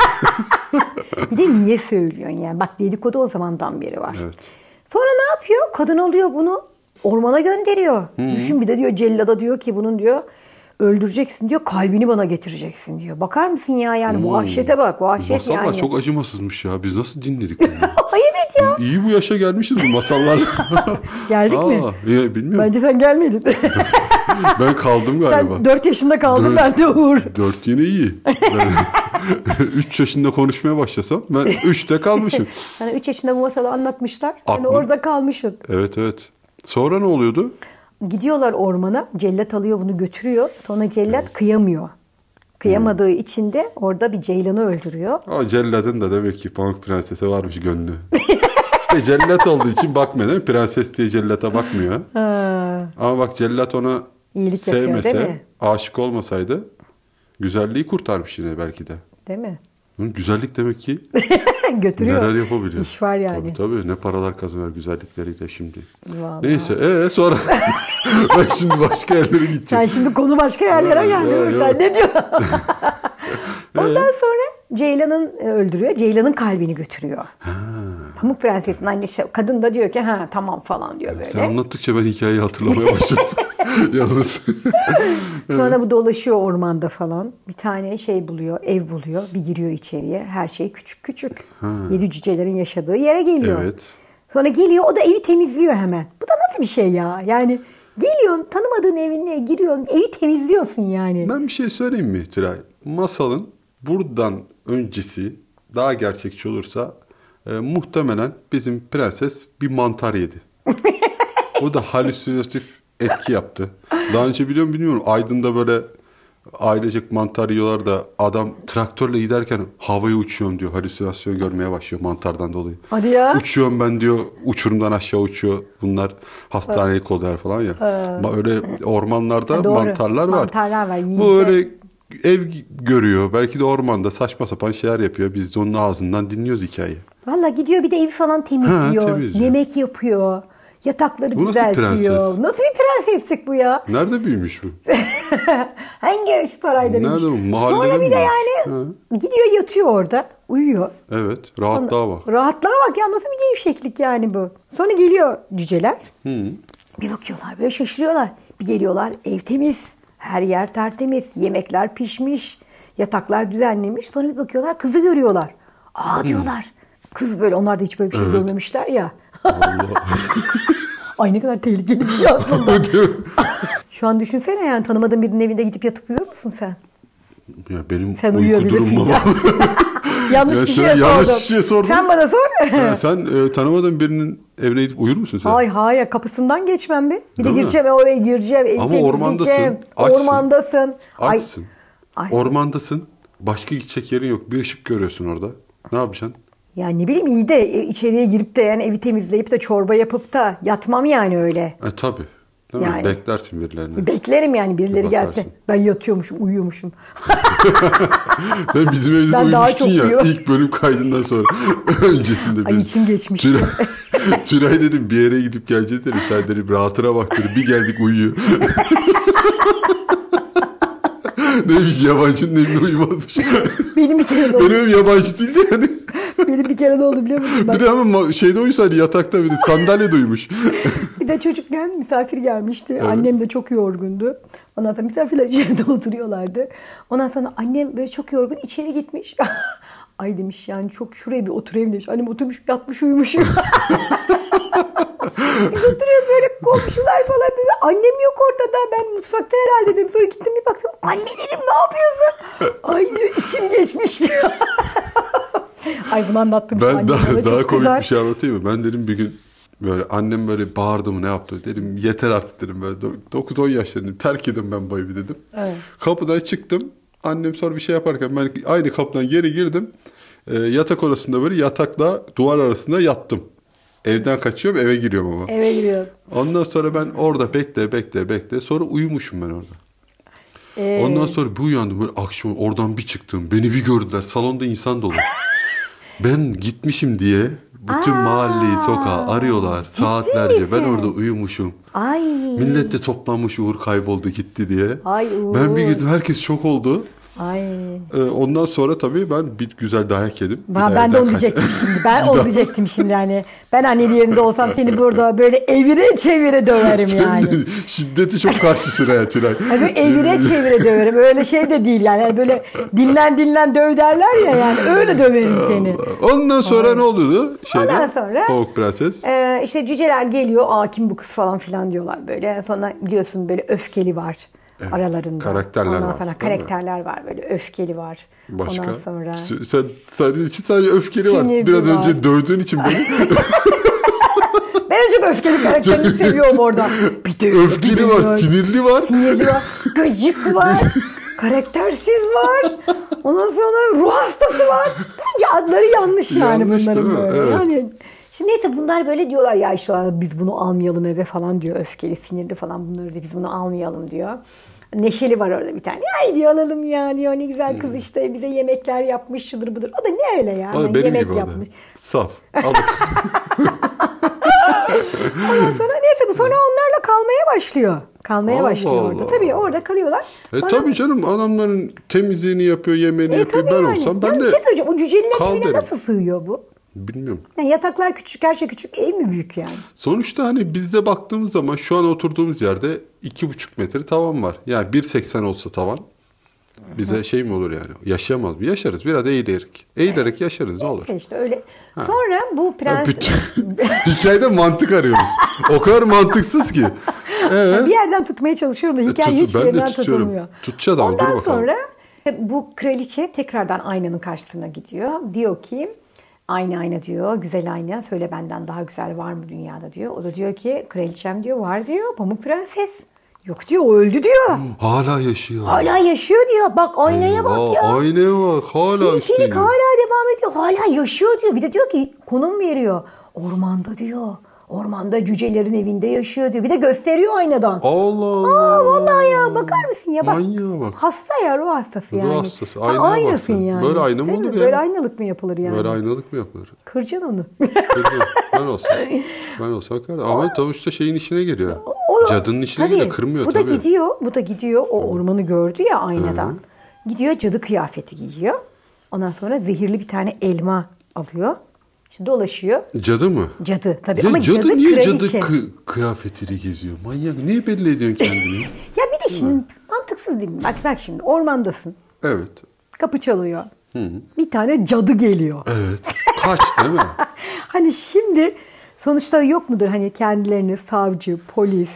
[SPEAKER 2] Bir de niye söylüyorsun yani? Bak dedikodu o zamandan beri var.
[SPEAKER 1] Evet.
[SPEAKER 2] Sonra ne yapıyor? Kadın oluyor bunu ormana gönderiyor. Düşün bir de diyor cellada diyor ki bunun diyor öldüreceksin diyor kalbini bana getireceksin diyor. Bakar mısın ya yani vahşete bak vahşet
[SPEAKER 1] Masallar
[SPEAKER 2] şey yani.
[SPEAKER 1] Hmm. çok acımasızmış ya. Biz nasıl dinledik bunu?
[SPEAKER 2] [LAUGHS] Ay evet ya.
[SPEAKER 1] İyi bu yaşa gelmişiz bu masallarla.
[SPEAKER 2] [LAUGHS] Geldik mi?
[SPEAKER 1] Aa, ya bilmiyorum.
[SPEAKER 2] Bence sen gelmedin. [LAUGHS]
[SPEAKER 1] Ben kaldım galiba.
[SPEAKER 2] sen 4 yaşında kaldın
[SPEAKER 1] Dört.
[SPEAKER 2] ben de Uğur.
[SPEAKER 1] Dört yine iyi. Yani [LAUGHS] 3 yaşında konuşmaya başlasam ben 3'te kalmışım.
[SPEAKER 2] Sana 3 Hani yaşında bu masalı anlatmışlar. Yani
[SPEAKER 1] Aklım-
[SPEAKER 2] orada kalmışsın.
[SPEAKER 1] Evet evet. Sonra ne oluyordu?
[SPEAKER 2] Gidiyorlar ormana. Cellat alıyor bunu götürüyor. Sonra cellat kıyamıyor. Kıyamadığı
[SPEAKER 1] Hmm.
[SPEAKER 2] için de orada bir ceylanı öldürüyor.
[SPEAKER 1] Aa, celladın da demek ki Pamuk Prenses'e varmış gönlü. işte cellat olduğu için bakmıyor değil mi? Prenses diye cellata bakmıyor.
[SPEAKER 2] Ha.
[SPEAKER 1] Ama bak cellat ona
[SPEAKER 2] İyilik yapıyor,
[SPEAKER 1] sevmese,
[SPEAKER 2] değil mi?
[SPEAKER 1] aşık olmasaydı güzelliği kurtarmış yine belki de.
[SPEAKER 2] Değil mi? [LAUGHS]
[SPEAKER 1] Hı, Güzellik demek ki
[SPEAKER 2] Götürüyor.
[SPEAKER 1] neler yapabiliyor.
[SPEAKER 2] İş var yani.
[SPEAKER 1] Tabii tabii ne paralar kazanıyor güzellikleriyle şimdi.
[SPEAKER 2] Vallahi.
[SPEAKER 1] Neyse ee sonra [LAUGHS] ben şimdi başka yerlere gideceğim.
[SPEAKER 2] Sen şimdi konu başka yerlere
[SPEAKER 1] Ya,
[SPEAKER 2] geldi.
[SPEAKER 1] ya,
[SPEAKER 2] Sen
[SPEAKER 1] ya. [LAUGHS]
[SPEAKER 2] ne diyorsun? [LAUGHS]
[SPEAKER 1] Ee?
[SPEAKER 2] Ondan sonra Ceylan'ın e, öldürüyor. Ceylan'ın kalbini götürüyor. Pamuk Prenses'in annesi kadın da diyor ki ha tamam falan diyor
[SPEAKER 1] Sen
[SPEAKER 2] böyle.
[SPEAKER 1] anlattıkça ben hikayeyi hatırlamaya başladım. [LAUGHS] Yalnız.
[SPEAKER 2] Sonra bu dolaşıyor ormanda falan. Bir tane şey buluyor, ev buluyor. Bir giriyor içeriye. Her şey küçük küçük. Yedi cücelerin yaşadığı yere geliyor.
[SPEAKER 1] Evet.
[SPEAKER 2] Sonra geliyor o da evi temizliyor hemen. Bu da nasıl bir şey ya? Yani geliyorsun tanımadığın evine giriyorsun. Evi temizliyorsun yani.
[SPEAKER 1] Ben bir şey söyleyeyim mi Tülay? Masalın buradan öncesi daha gerçekçi olursa e, muhtemelen bizim prenses bir mantar
[SPEAKER 2] [LAUGHS]
[SPEAKER 1] yedi. Bu da halüsinatif etki yaptı. Daha önce biliyor muyum bilmiyorum. Aydın'da böyle ailecek mantar yiyorlar da adam traktörle giderken havaya uçuyorum diyor. Halüsinasyon görmeye başlıyor mantardan dolayı.
[SPEAKER 2] Hadi ya.
[SPEAKER 1] Uçuyorum ben diyor. Uçurumdan aşağı uçuyor. Bunlar hastanelik oluyor falan ya. Ma- Öyle ormanlarda
[SPEAKER 2] Ha, doğru.
[SPEAKER 1] mantarlar var.
[SPEAKER 2] Mantarlar var, yiyecek.
[SPEAKER 1] Bu öyle ev görüyor. Belki de ormanda saçma sapan şeyler yapıyor. Biz de onun ağzından dinliyoruz hikayeyi.
[SPEAKER 2] Valla gidiyor bir de evi falan temizliyor.
[SPEAKER 1] Ha, temizliyor.
[SPEAKER 2] Yemek yapıyor. Yatakları
[SPEAKER 1] Bu nasıl
[SPEAKER 2] düzeltiyor.
[SPEAKER 1] prenses?
[SPEAKER 2] Nasıl bir prenseslik bu ya?
[SPEAKER 1] Nerede büyümüş bu?
[SPEAKER 2] Hangi eş sarayda
[SPEAKER 1] Nerede
[SPEAKER 2] demiş.
[SPEAKER 1] bu? Mahallede
[SPEAKER 2] Sonra bir
[SPEAKER 1] mi
[SPEAKER 2] de
[SPEAKER 1] varmış?
[SPEAKER 2] yani gidiyor yatıyor orada. Uyuyor.
[SPEAKER 1] Evet. Rahatlığa bak.
[SPEAKER 2] Rahatlığa bak ya nasıl bir gevşeklik yani bu. Sonra geliyor cüceler. Bir bakıyorlar böyle şaşırıyorlar. Bir geliyorlar ev temiz. Her yer tertemiz. Yemekler pişmiş. Yataklar düzenlemiş. Sonra bir bakıyorlar kızı görüyorlar. Aa diyorlar. Kız böyle onlar da hiç böyle bir şey görmemişler ya. [LAUGHS] Ay ne kadar tehlikeli bir şey aslında.
[SPEAKER 1] [LAUGHS]
[SPEAKER 2] Şu an düşünsene yani tanımadığın birinin evinde gidip yatıp uyuyor musun sen?
[SPEAKER 1] Ya benim
[SPEAKER 2] Sen
[SPEAKER 1] uyku
[SPEAKER 2] uyuyabilirsin
[SPEAKER 1] durumum
[SPEAKER 2] [LAUGHS] ya. Yanlış
[SPEAKER 1] Ya
[SPEAKER 2] kişiye
[SPEAKER 1] şöyle
[SPEAKER 2] sordum.
[SPEAKER 1] yanlış kişiye sordum.
[SPEAKER 2] Sen bana sor.
[SPEAKER 1] Ya sen e, tanımadığın birinin evine gidip uyur musun sen?
[SPEAKER 2] Hay hay kapısından geçmem bir. Bir
[SPEAKER 1] Değil mi?
[SPEAKER 2] de gireceğim oraya gireceğim. evi
[SPEAKER 1] Ama
[SPEAKER 2] temizleyeceğim,
[SPEAKER 1] ormandasın, açsın.
[SPEAKER 2] Ormandasın. Ay-
[SPEAKER 1] Açsın.
[SPEAKER 2] Ay,
[SPEAKER 1] Ormandasın. Başka gidecek yerin yok. Bir ışık görüyorsun orada. Ne yapacaksın?
[SPEAKER 2] yani ne bileyim iyi de e, içeriye girip de yani evi temizleyip de çorba yapıp da yatmam yani öyle.
[SPEAKER 1] E tabii. Değil mi?
[SPEAKER 2] Yani.
[SPEAKER 1] Beklersin
[SPEAKER 2] [LAUGHS]
[SPEAKER 1] birilerini.
[SPEAKER 2] Beklerim yani birileri
[SPEAKER 1] Bir
[SPEAKER 2] gelse.
[SPEAKER 1] bakarsın.
[SPEAKER 2] Ben yatıyormuşum, uyuyormuşum.
[SPEAKER 1] Sen bizim evde
[SPEAKER 2] Ben daha
[SPEAKER 1] uyumuştun
[SPEAKER 2] çok
[SPEAKER 1] ya
[SPEAKER 2] uyuyorum.
[SPEAKER 1] ilk bölüm kaydından sonra. [LAUGHS] Öncesinde
[SPEAKER 2] Ay
[SPEAKER 1] bir.
[SPEAKER 2] içim geçmiş.
[SPEAKER 1] Tülay, [LAUGHS] Tülay dedim bir yere gidip geleceğiz dedim. Sen dedim rahatına bak dedim. Bir geldik uyuyor. [LAUGHS] Neymiş yabancının evinde uyumazmış.
[SPEAKER 2] Benim
[SPEAKER 1] [LAUGHS]
[SPEAKER 2] bir kere de oldu.
[SPEAKER 1] Benim evim yabancı değildi yani.
[SPEAKER 2] Benim bir kere de oldu biliyor musun? Bak,
[SPEAKER 1] Bir de ama ma- şeyde uyusa hani yatakta bir de sandalye duymuş.
[SPEAKER 2] bir de çocukken misafir gelmişti. Annem de çok yorgundu. Ondan sonra misafirler [LAUGHS] içeride oturuyorlardı. Ondan sonra annem böyle çok yorgun içeri gitmiş. [LAUGHS] Ay demiş yani çok şuraya bir oturayım demiş. Annem oturmuş yatmış uyumuş. [LAUGHS] Biz oturuyoruz böyle komşular falan böyle. Annem yok ortada ben mutfakta herhalde dedim. Sonra gittim bir baktım anne dedim ne yapıyorsun? Ay diyor, içim geçmiş [LAUGHS] diyor. Ay bunu anlattım.
[SPEAKER 1] Ben
[SPEAKER 2] Annem bana
[SPEAKER 1] daha, daha
[SPEAKER 2] çok
[SPEAKER 1] komik
[SPEAKER 2] kızar.
[SPEAKER 1] bir şey anlatayım mı? Ben dedim bir gün böyle annem böyle bağırdı mı ne yaptı dedim yeter artık dedim böyle Do- 9-10 yaşlarındayım terk edin ben bu evi dedim.
[SPEAKER 2] Evet.
[SPEAKER 1] Kapıdan çıktım annem sonra bir şey yaparken ben aynı kapıdan geri girdim Ee, yatak odasında böyle yatakla duvar arasında yattım. Evden kaçıyorum eve giriyorum ama.
[SPEAKER 2] Eve giriyor.
[SPEAKER 1] Ondan sonra ben orada bekle bekle bekle sonra uyumuşum ben orada.
[SPEAKER 2] Ee,
[SPEAKER 1] Ondan sonra bir uyandım böyle akşam oradan bir çıktım. Beni bir gördüler. Salonda insan dolu. ben gitmişim diye bütün
[SPEAKER 2] Aa,
[SPEAKER 1] mahalleyi, sokağı arıyorlar
[SPEAKER 2] ciddi
[SPEAKER 1] saatlerce. Ben
[SPEAKER 2] misin?
[SPEAKER 1] orada uyumuşum.
[SPEAKER 2] Ay.
[SPEAKER 1] Millet de toplanmış Uğur kayboldu gitti diye.
[SPEAKER 2] Ay Uğur.
[SPEAKER 1] Ben bir girdim herkes şok oldu.
[SPEAKER 2] Ay.
[SPEAKER 1] Ee, ondan sonra tabii ben bir güzel dayak yedim. Bir
[SPEAKER 2] Ben,
[SPEAKER 1] de
[SPEAKER 2] ben de
[SPEAKER 1] evden
[SPEAKER 2] onu
[SPEAKER 1] kaç-
[SPEAKER 2] diyecektim şimdi.
[SPEAKER 1] [LAUGHS]
[SPEAKER 2] Ben onu diyecektim şimdi yani. Ben annenin yerinde olsam seni burada böyle evire çevire döverim yani.
[SPEAKER 1] Sen de [LAUGHS] Şiddeti çok karşısın ha Tülay.
[SPEAKER 2] Hani böyle evire çevire döverim. Öyle şey de değil yani. Hani Böyle dinlen dinlen döv derler ya yani. Öyle döverim seni.
[SPEAKER 1] Ondan sonra ne oluyordu? Şeyde,
[SPEAKER 2] Ondan sonra-
[SPEAKER 1] Pamuk Prenses.
[SPEAKER 2] Ee, işte cüceler geliyor. Aa kim bu kız falan filan diyorlar böyle. Sonra biliyorsun böyle öfkeli var aralarında.
[SPEAKER 1] karakterler
[SPEAKER 2] Ondan
[SPEAKER 1] var,
[SPEAKER 2] Sonra
[SPEAKER 1] değil mi?
[SPEAKER 2] karakterler var böyle öfkeli var.
[SPEAKER 1] Başka?
[SPEAKER 2] Ondan sonra.
[SPEAKER 1] S- Sen sadece, için sadece öfkeli var.
[SPEAKER 2] Sinirli
[SPEAKER 1] Biraz
[SPEAKER 2] var.
[SPEAKER 1] önce dövdüğün için beni
[SPEAKER 2] [LAUGHS] Ben önce bir öfkeli karakterini seviyorum orada. Bir de
[SPEAKER 1] öfkeli var, sinirli var.
[SPEAKER 2] Sinirli var. Gıcık var. karaktersiz var. Ondan sonra ruh hastası var. Bence adları yanlış yani
[SPEAKER 1] Yanlış
[SPEAKER 2] bunların
[SPEAKER 1] değil mi?
[SPEAKER 2] böyle.
[SPEAKER 1] Evet.
[SPEAKER 2] Yani Şimdi neyse bunlar böyle diyorlar ya işte biz bunu almayalım eve falan diyor öfkeli sinirli falan bunları diyor biz bunu almayalım diyor. Neşeli var orada bir tane. Ay diyor alalım ya diyor ne güzel kız işte bize yemekler yapmış şudur budur. O da ne öyle ya?
[SPEAKER 1] Hmm. O da
[SPEAKER 2] Yani
[SPEAKER 1] benim
[SPEAKER 2] yemek
[SPEAKER 1] gibi o da.
[SPEAKER 2] yapmış.
[SPEAKER 1] Saf.
[SPEAKER 2] [LAUGHS]
[SPEAKER 1] Alık.
[SPEAKER 2] Ondan sonra neyse bu sonra onlarla kalmaya başlıyor. Kalmaya
[SPEAKER 1] Allah
[SPEAKER 2] başlıyor orada.
[SPEAKER 1] Allah.
[SPEAKER 2] Tabii orada kalıyorlar.
[SPEAKER 1] e
[SPEAKER 2] Sonra-
[SPEAKER 1] tabii canım adamların temizliğini yapıyor, yemeğini
[SPEAKER 2] E,
[SPEAKER 1] yapıyor.
[SPEAKER 2] tabii
[SPEAKER 1] Ben
[SPEAKER 2] yani.
[SPEAKER 1] olsam
[SPEAKER 2] Ya
[SPEAKER 1] ben
[SPEAKER 2] bir
[SPEAKER 1] de
[SPEAKER 2] şey söyleyeceğim. O cücenin
[SPEAKER 1] kal
[SPEAKER 2] evine
[SPEAKER 1] derim.
[SPEAKER 2] nasıl sığıyor bu?
[SPEAKER 1] bilmiyorum.
[SPEAKER 2] Yani yataklar küçük, her şey küçük. Ev mi büyük yani?
[SPEAKER 1] Sonuçta hani bizde baktığımız zaman şu an oturduğumuz yerde iki buçuk metre tavan var. Yani 1.80 olsa tavan bize şey mi olur yani? Yaşayamaz mı? Yaşarız biraz eğilerek. Eğilerek yaşarız ne olur.
[SPEAKER 2] E İşte öyle. Sonra bu prens... [LAUGHS]
[SPEAKER 1] Bütün- Hikayede mantık arıyoruz. O kadar mantıksız ki. Evet.
[SPEAKER 2] bir yerden tutmaya çalışıyorum da hikaye
[SPEAKER 1] E, tut-
[SPEAKER 2] hiçbir
[SPEAKER 1] ben de
[SPEAKER 2] yerden
[SPEAKER 1] tutuyorum.
[SPEAKER 2] tutulmuyor.
[SPEAKER 1] Tutacağız ama dur
[SPEAKER 2] Ondan
[SPEAKER 1] bakalım.
[SPEAKER 2] sonra bu kraliçe tekrardan aynanın karşısına gidiyor. Diyor ki ayna ayna diyor güzel ayna söyle benden daha güzel var mı dünyada diyor. O da diyor ki kraliçem diyor var diyor pamuk prenses. Yok diyor o öldü diyor.
[SPEAKER 1] Hmm. Hala yaşıyor.
[SPEAKER 2] Hala yaşıyor diyor. Bak aynaya bak ya.
[SPEAKER 1] Aa, Aynaya bak hala
[SPEAKER 2] Sinsilik
[SPEAKER 1] üstüne.
[SPEAKER 2] hala devam ediyor. Hala yaşıyor diyor. Bir de diyor ki konum veriyor. Ormanda diyor. Ormanda cücelerin evinde yaşıyor diyor. Bir de gösteriyor aynadan.
[SPEAKER 1] Allah Allah.
[SPEAKER 2] Aa vallahi ya bakar mısın ya bak.
[SPEAKER 1] Manyağa bak.
[SPEAKER 2] Hasta ya ruh hastası
[SPEAKER 1] Ruh
[SPEAKER 2] yani.
[SPEAKER 1] hastası,
[SPEAKER 2] Ha,
[SPEAKER 1] aynaya
[SPEAKER 2] aynasın
[SPEAKER 1] baksana.
[SPEAKER 2] yani.
[SPEAKER 1] Böyle ayna mı
[SPEAKER 2] Değil mi?
[SPEAKER 1] olur ya?
[SPEAKER 2] Böyle aynalık mı yapılır yani?
[SPEAKER 1] Böyle aynalık mı yapılır?
[SPEAKER 2] Kıracaksın onu.
[SPEAKER 1] Peki, ben olsam. Ben olsam hakikaten. Ama tam işte şeyin işine giriyor.
[SPEAKER 2] O-
[SPEAKER 1] Cadının işine
[SPEAKER 2] tabii,
[SPEAKER 1] giriyor. Kırmıyor
[SPEAKER 2] bu
[SPEAKER 1] tabii.
[SPEAKER 2] da gidiyor, bu da gidiyor. O ormanı gördü ya aynadan. Gidiyor cadı kıyafeti giyiyor. Ondan sonra zehirli bir tane elma alıyor. İşte dolaşıyor.
[SPEAKER 1] Cadı mı?
[SPEAKER 2] Cadı tabii
[SPEAKER 1] Ya
[SPEAKER 2] ama
[SPEAKER 1] cadı,
[SPEAKER 2] cadı,
[SPEAKER 1] niye
[SPEAKER 2] kraliçe.
[SPEAKER 1] cadı kı- kıyafetiyle geziyor? Manyak niye belli ediyorsun kendini?
[SPEAKER 2] ya bir de şimdi mantıksız değil mi? Bak bak şimdi ormandasın.
[SPEAKER 1] evet.
[SPEAKER 2] Kapı çalıyor. Bir tane cadı geliyor.
[SPEAKER 1] Evet. Kaç değil mi?
[SPEAKER 2] [LAUGHS] hani şimdi sonuçta yok mudur hani kendilerini savcı, polis,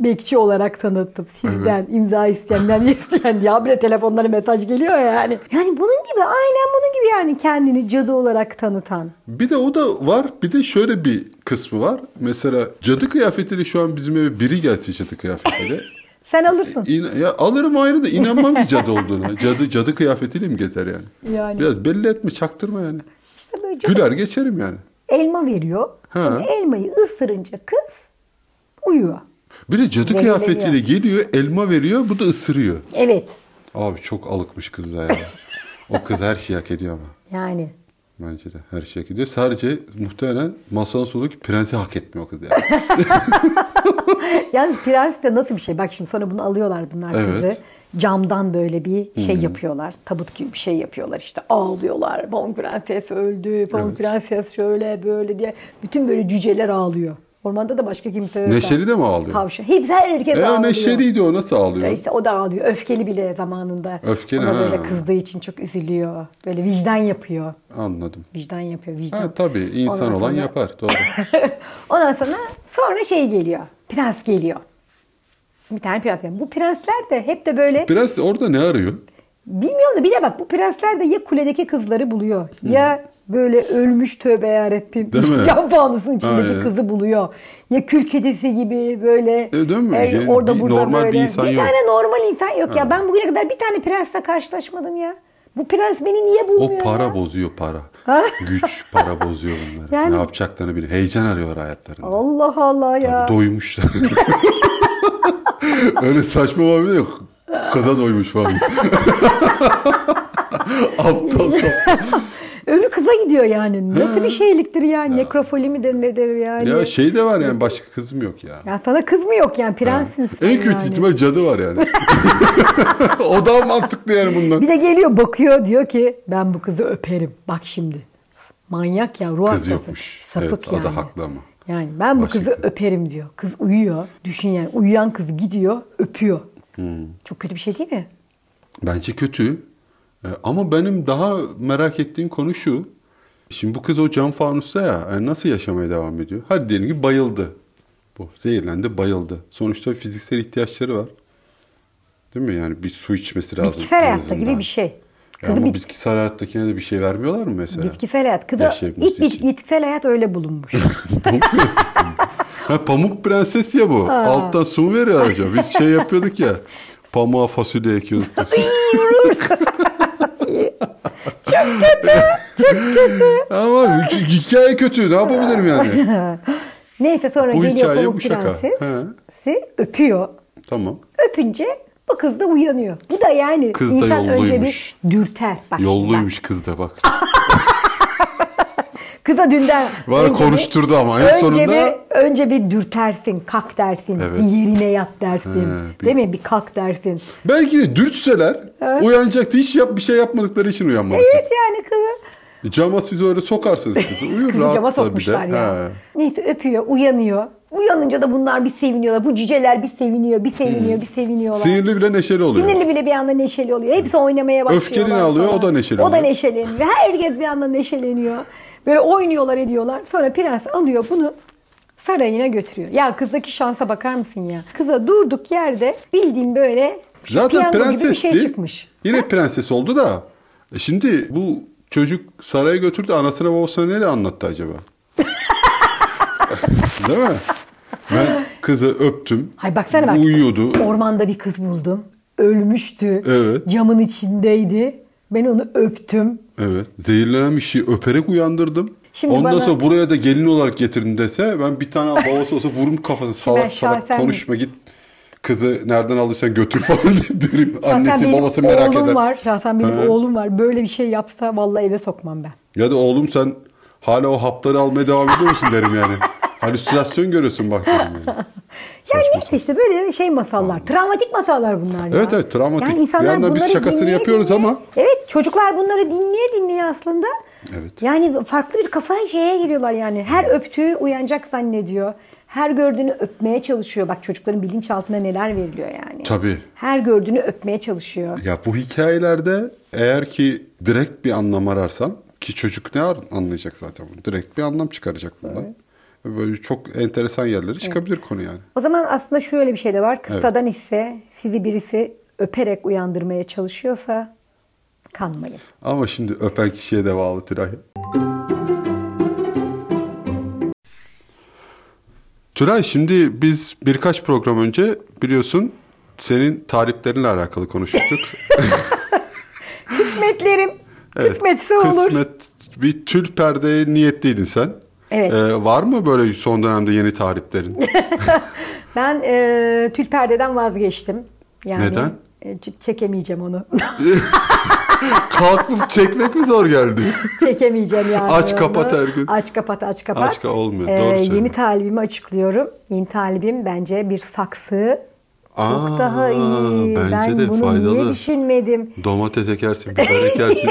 [SPEAKER 2] bekçi olarak tanıtıp sizden imza isteyenden [LAUGHS] isteyen ya bile telefonlara mesaj geliyor ya yani. Yani bunun gibi aynen bunun gibi yani kendini cadı olarak tanıtan.
[SPEAKER 1] Bir de o da var. Bir de şöyle bir kısmı var. Mesela cadı kıyafetiyle şu an bizim eve biri gelse cadı kıyafetiyle.
[SPEAKER 2] Sen alırsın.
[SPEAKER 1] İn- ya alırım ayrı da inanmam ki cadı olduğuna. Cadı cadı kıyafetiyle mi gezer yani?
[SPEAKER 2] Yani.
[SPEAKER 1] Biraz belli etme, çaktırma yani.
[SPEAKER 2] İşte böyle cadı
[SPEAKER 1] Güler geçerim yani.
[SPEAKER 2] elma veriyor.
[SPEAKER 1] Ha.
[SPEAKER 2] Elmayı ısırınca kız uyuyor.
[SPEAKER 1] Bir de cadı
[SPEAKER 2] Belirleniyor.
[SPEAKER 1] kıyafetiyle geliyor, elma veriyor, bu da ısırıyor.
[SPEAKER 2] Evet.
[SPEAKER 1] Abi çok alıkmış kız ya. o kız her şeyi hak ediyor ama.
[SPEAKER 2] Yani. [LAUGHS]
[SPEAKER 1] Bence de her şeyi hak ediyor. Sadece muhtemelen masanın sonundaki prensi hak etmiyor o kız yani. E,
[SPEAKER 2] Yani prens de nasıl bir şey? Bak şimdi sonra bunu alıyorlar bunlar
[SPEAKER 1] Evet.
[SPEAKER 2] kızı. Camdan böyle bir şey yapıyorlar. Tabut gibi bir şey yapıyorlar işte. Ağlıyorlar. Bon prenses öldü. Bon
[SPEAKER 1] Evet.
[SPEAKER 2] prenses şöyle böyle diye. Bütün böyle cüceler ağlıyor. Ormanda da başka kimse yok.
[SPEAKER 1] Neşeli de mi ağlıyor?
[SPEAKER 2] Tavşan. Hepsi her herkes
[SPEAKER 1] E o
[SPEAKER 2] ağlıyor.
[SPEAKER 1] neşeliydi o nasıl
[SPEAKER 2] Ya
[SPEAKER 1] ağlıyor?
[SPEAKER 2] işte o da ağlıyor. Öfkeli bile zamanında.
[SPEAKER 1] Öfkeli,
[SPEAKER 2] Ona böyle
[SPEAKER 1] ha.
[SPEAKER 2] kızdığı için çok üzülüyor. Böyle vicdan yapıyor.
[SPEAKER 1] Anladım.
[SPEAKER 2] Vicdan yapıyor. Vicdan.
[SPEAKER 1] Ha tabii insan
[SPEAKER 2] Ondan
[SPEAKER 1] olan
[SPEAKER 2] sonra-
[SPEAKER 1] yapar doğru.
[SPEAKER 2] [LAUGHS] Ondan sonra sonra şey geliyor. Prens geliyor. Bir tane prens geliyor. Bu prensler de hep de böyle
[SPEAKER 1] Prens orada ne arıyor?
[SPEAKER 2] bilmiyorum da bir de bak bu prensler de ya kuledeki kızları buluyor. Ya böyle ölmüş tövbe yarabbim
[SPEAKER 1] Değil
[SPEAKER 2] [LAUGHS]
[SPEAKER 1] mi?
[SPEAKER 2] cam fanusun içindeki
[SPEAKER 1] Aynen. E,
[SPEAKER 2] kızı buluyor. Ya kül kedisi gibi böyle e,
[SPEAKER 1] değil mi? Yani bir
[SPEAKER 2] burada
[SPEAKER 1] normal bir insan yok.
[SPEAKER 2] tane normal insan yok ya. Ben bugüne kadar bir tane prensle karşılaşmadım ya. Bu prens beni niye bulmuyor
[SPEAKER 1] O para
[SPEAKER 2] ya?
[SPEAKER 1] bozuyor para. Güç para bozuyor bunları.
[SPEAKER 2] Yani-
[SPEAKER 1] Ne yapacaklarını bile heyecan arıyor hayatlarında.
[SPEAKER 2] Allah Allah ya.
[SPEAKER 1] Doymuşlar. [LAUGHS] Öyle saçma muhabbet yok. Kıza doymuş falan. [LAUGHS] Aptal saptal.
[SPEAKER 2] Ölü kıza gidiyor yani. Nasıl bir şeyliktir yani? Nekrofoli midir nedir yani?
[SPEAKER 1] Ya şey de var yani başka kızım yok ya.
[SPEAKER 2] Ya sana kız mı yok yani prenssin sen
[SPEAKER 1] En kötü
[SPEAKER 2] yani.
[SPEAKER 1] ihtimal cadı var yani. [LAUGHS] o daha mantıklı yani bundan.
[SPEAKER 2] Bir de geliyor bakıyor diyor ki ben bu kızı öperim. Bak şimdi. Manyak ya ruh
[SPEAKER 1] Kız
[SPEAKER 2] hastası.
[SPEAKER 1] yokmuş.
[SPEAKER 2] Sapık
[SPEAKER 1] Evet, o
[SPEAKER 2] yani.
[SPEAKER 1] da haklı ama.
[SPEAKER 2] Yani ben bu
[SPEAKER 1] Başka
[SPEAKER 2] kızı
[SPEAKER 1] kız.
[SPEAKER 2] öperim diyor. Kız uyuyor. Düşün yani uyuyan kız gidiyor öpüyor.
[SPEAKER 1] Hmm.
[SPEAKER 2] Çok kötü bir şey değil mi?
[SPEAKER 1] Bence kötü. E, Ama benim daha merak ettiğim konu şu. Şimdi bu kız o cam fanusta ya yani nasıl yaşamaya devam ediyor? Hadi diyelim ki bayıldı. Bu zehirlendi bayıldı. Sonuçta fiziksel ihtiyaçları var. Değil mi? Yani bir su içmesi lazım.
[SPEAKER 2] Bitkisel
[SPEAKER 1] en
[SPEAKER 2] hayatta
[SPEAKER 1] azından.
[SPEAKER 2] gibi bir şey.
[SPEAKER 1] E
[SPEAKER 2] Kızı
[SPEAKER 1] ama
[SPEAKER 2] bit-
[SPEAKER 1] bitkisel hayattakine de bir şey vermiyorlar mı mesela?
[SPEAKER 2] bitkisel hayat. Kıda, ilk
[SPEAKER 1] Yaşayabilmesi
[SPEAKER 2] bit-
[SPEAKER 1] için.
[SPEAKER 2] bitkisel hayat öyle bulunmuş.
[SPEAKER 1] [LAUGHS] Ha, pamuk prenses ya bu. Alttan su veriyor acaba. Biz şey yapıyorduk ya. Pamuğa fasulye ekiyorduk. biz. Ama hik- hikaye kötü. Ne yapabilirim yani?
[SPEAKER 2] Neyse sonra
[SPEAKER 1] Bu
[SPEAKER 2] geliyor
[SPEAKER 1] hikaye,
[SPEAKER 2] Pamuk
[SPEAKER 1] bu şaka. He.
[SPEAKER 2] Prenses'i öpüyor.
[SPEAKER 1] Tamam.
[SPEAKER 2] Öpünce bu kız da uyanıyor. Bu da yani
[SPEAKER 1] Kız da
[SPEAKER 2] insan önce
[SPEAKER 1] yolluymuş.
[SPEAKER 2] bir dürter. Bak şimdi
[SPEAKER 1] Yolluymuş kız da bak.
[SPEAKER 2] bak. Kıza dünden
[SPEAKER 1] Var
[SPEAKER 2] önce
[SPEAKER 1] konuşturdu ama
[SPEAKER 2] bir-
[SPEAKER 1] en sonunda
[SPEAKER 2] bir, önce bir dürtersin, kalk dersin,
[SPEAKER 1] Evet.
[SPEAKER 2] bir yerine yat dersin.
[SPEAKER 1] He, bir-
[SPEAKER 2] Değil mi? Bir kalk dersin.
[SPEAKER 1] belki de dürtseler uyanacaktı. Hiç yap, bir şey yapmadıkları için uyanmadı
[SPEAKER 2] Evet yani kızı.
[SPEAKER 1] kız. Cama siz öyle sokarsınız kızı. Uyur
[SPEAKER 2] Kızı cama
[SPEAKER 1] rahatsa bir de.
[SPEAKER 2] sokmuşlar ya.
[SPEAKER 1] He.
[SPEAKER 2] Neyse öpüyor, uyanıyor. Uyanınca da bunlar bir seviniyorlar. Bu cüceler bir seviniyor, bir seviniyor, bir seviniyorlar.
[SPEAKER 1] Sinirli bile neşeli oluyor.
[SPEAKER 2] Sinirli bile bir anda neşeli oluyor. Hepsi oynamaya başlıyorlar.
[SPEAKER 1] Öfkeli ne alıyor?
[SPEAKER 2] falan.
[SPEAKER 1] O da neşeli
[SPEAKER 2] O da
[SPEAKER 1] oluyor.
[SPEAKER 2] neşeleniyor. Herkes bir anda neşeleniyor. Böyle oynuyorlar ediyorlar. Sonra prens alıyor bunu sarayına götürüyor. Ya kızdaki şansa bakar mısın ya? Kıza durduk yerde bildiğim böyle
[SPEAKER 1] Zaten
[SPEAKER 2] piyango gibi bir
[SPEAKER 1] prensesti.
[SPEAKER 2] şey çıkmış. [LAUGHS]
[SPEAKER 1] Yine prenses oldu da. E şimdi bu çocuk saraya götürdü. Anasına babasına ne de anlattı
[SPEAKER 2] [LAUGHS]
[SPEAKER 1] acaba? Değil mi? Ben kızı öptüm.
[SPEAKER 2] Hay baksana bak.
[SPEAKER 1] Uyuyordu.
[SPEAKER 2] Ormanda bir kız buldum. Ölmüştü.
[SPEAKER 1] Evet.
[SPEAKER 2] Camın içindeydi. Ben onu öptüm.
[SPEAKER 1] Evet. Zehirlenen bir şeyi öperek uyandırdım.
[SPEAKER 2] Şimdi
[SPEAKER 1] Ondan
[SPEAKER 2] bana-
[SPEAKER 1] sonra buraya da gelin olarak getirin dese ben bir tane babası olsa vururum kafasına salak salak
[SPEAKER 2] şahsen-
[SPEAKER 1] konuşma git kızı nereden alırsan götür falan [LAUGHS] derim. Annesi
[SPEAKER 2] Şahsen benim
[SPEAKER 1] babası merak
[SPEAKER 2] oğlum
[SPEAKER 1] eder.
[SPEAKER 2] Var. Şahsen benim
[SPEAKER 1] He.
[SPEAKER 2] oğlum var. Böyle bir şey yapsa vallahi eve sokmam ben.
[SPEAKER 1] Ya da oğlum sen hala o hapları almaya devam ediyor musun derim yani. [LAUGHS] Halüsinasyon görüyorsun bak derim yani.
[SPEAKER 2] Yani
[SPEAKER 1] Saçma
[SPEAKER 2] neyse işte böyle şey masallar. Travmatik masallar bunlar ya.
[SPEAKER 1] Evet, evet, travmatik.
[SPEAKER 2] Yani insanlar
[SPEAKER 1] Bir yandan biz
[SPEAKER 2] bunları
[SPEAKER 1] şakasını
[SPEAKER 2] dinleye
[SPEAKER 1] yapıyoruz
[SPEAKER 2] dinleye-
[SPEAKER 1] ama-
[SPEAKER 2] Evet çocuklar bunları dinleye dinleye aslında.
[SPEAKER 1] Evet.
[SPEAKER 2] Yani farklı bir kafaya şeye giriyorlar yani. Her öptüğü uyanacak zannediyor. Her gördüğünü öpmeye çalışıyor. Bak çocukların bilinçaltına neler veriliyor yani.
[SPEAKER 1] Tabii.
[SPEAKER 2] Her gördüğünü öpmeye çalışıyor.
[SPEAKER 1] Ya bu hikayelerde eğer ki direkt bir anlam ararsan ki çocuk ne ar- anlayacak zaten bunu. Direkt bir anlam çıkaracak bundan. Böyle çok enteresan yerlere çıkabilir konu yani.
[SPEAKER 2] O zaman aslında şöyle bir şey de var. Kıssadan ise sizi birisi öperek uyandırmaya çalışıyorsa kanmayın.
[SPEAKER 1] Ama şimdi öpen kişiye de bağlı Tülay. Tülay şimdi biz birkaç program önce biliyorsun senin tariplerinle alakalı konuştuk.
[SPEAKER 2] Kısmetlerim. Kısmetse olur.
[SPEAKER 1] Kısmet bir tül perdeye niyetliydin sen.
[SPEAKER 2] Evet. [LAUGHS]
[SPEAKER 1] Ee, var mı böyle son dönemde yeni tariflerin?
[SPEAKER 2] Ben e, tül perdeden vazgeçtim. Yani,
[SPEAKER 1] Neden?
[SPEAKER 2] e, ç- çekemeyeceğim onu. [LAUGHS]
[SPEAKER 1] Kalkıp çekmek mi zor geldi?
[SPEAKER 2] çekemeyeceğim yani.
[SPEAKER 1] Aç
[SPEAKER 2] onu.
[SPEAKER 1] kapat her gün.
[SPEAKER 2] Aç kapat aç kapat. E,
[SPEAKER 1] Aç ka- olmuyor, doğru söylüyorsun.
[SPEAKER 2] Yeni talibimi açıklıyorum. Yeni talibim bence bir saksı. Çok
[SPEAKER 1] Aa,
[SPEAKER 2] daha iyi.
[SPEAKER 1] Bence
[SPEAKER 2] ben
[SPEAKER 1] de
[SPEAKER 2] bunu niye
[SPEAKER 1] faydalı.
[SPEAKER 2] düşünmedim?
[SPEAKER 1] Domates ekersin, biber
[SPEAKER 2] [LAUGHS]
[SPEAKER 1] ekersin.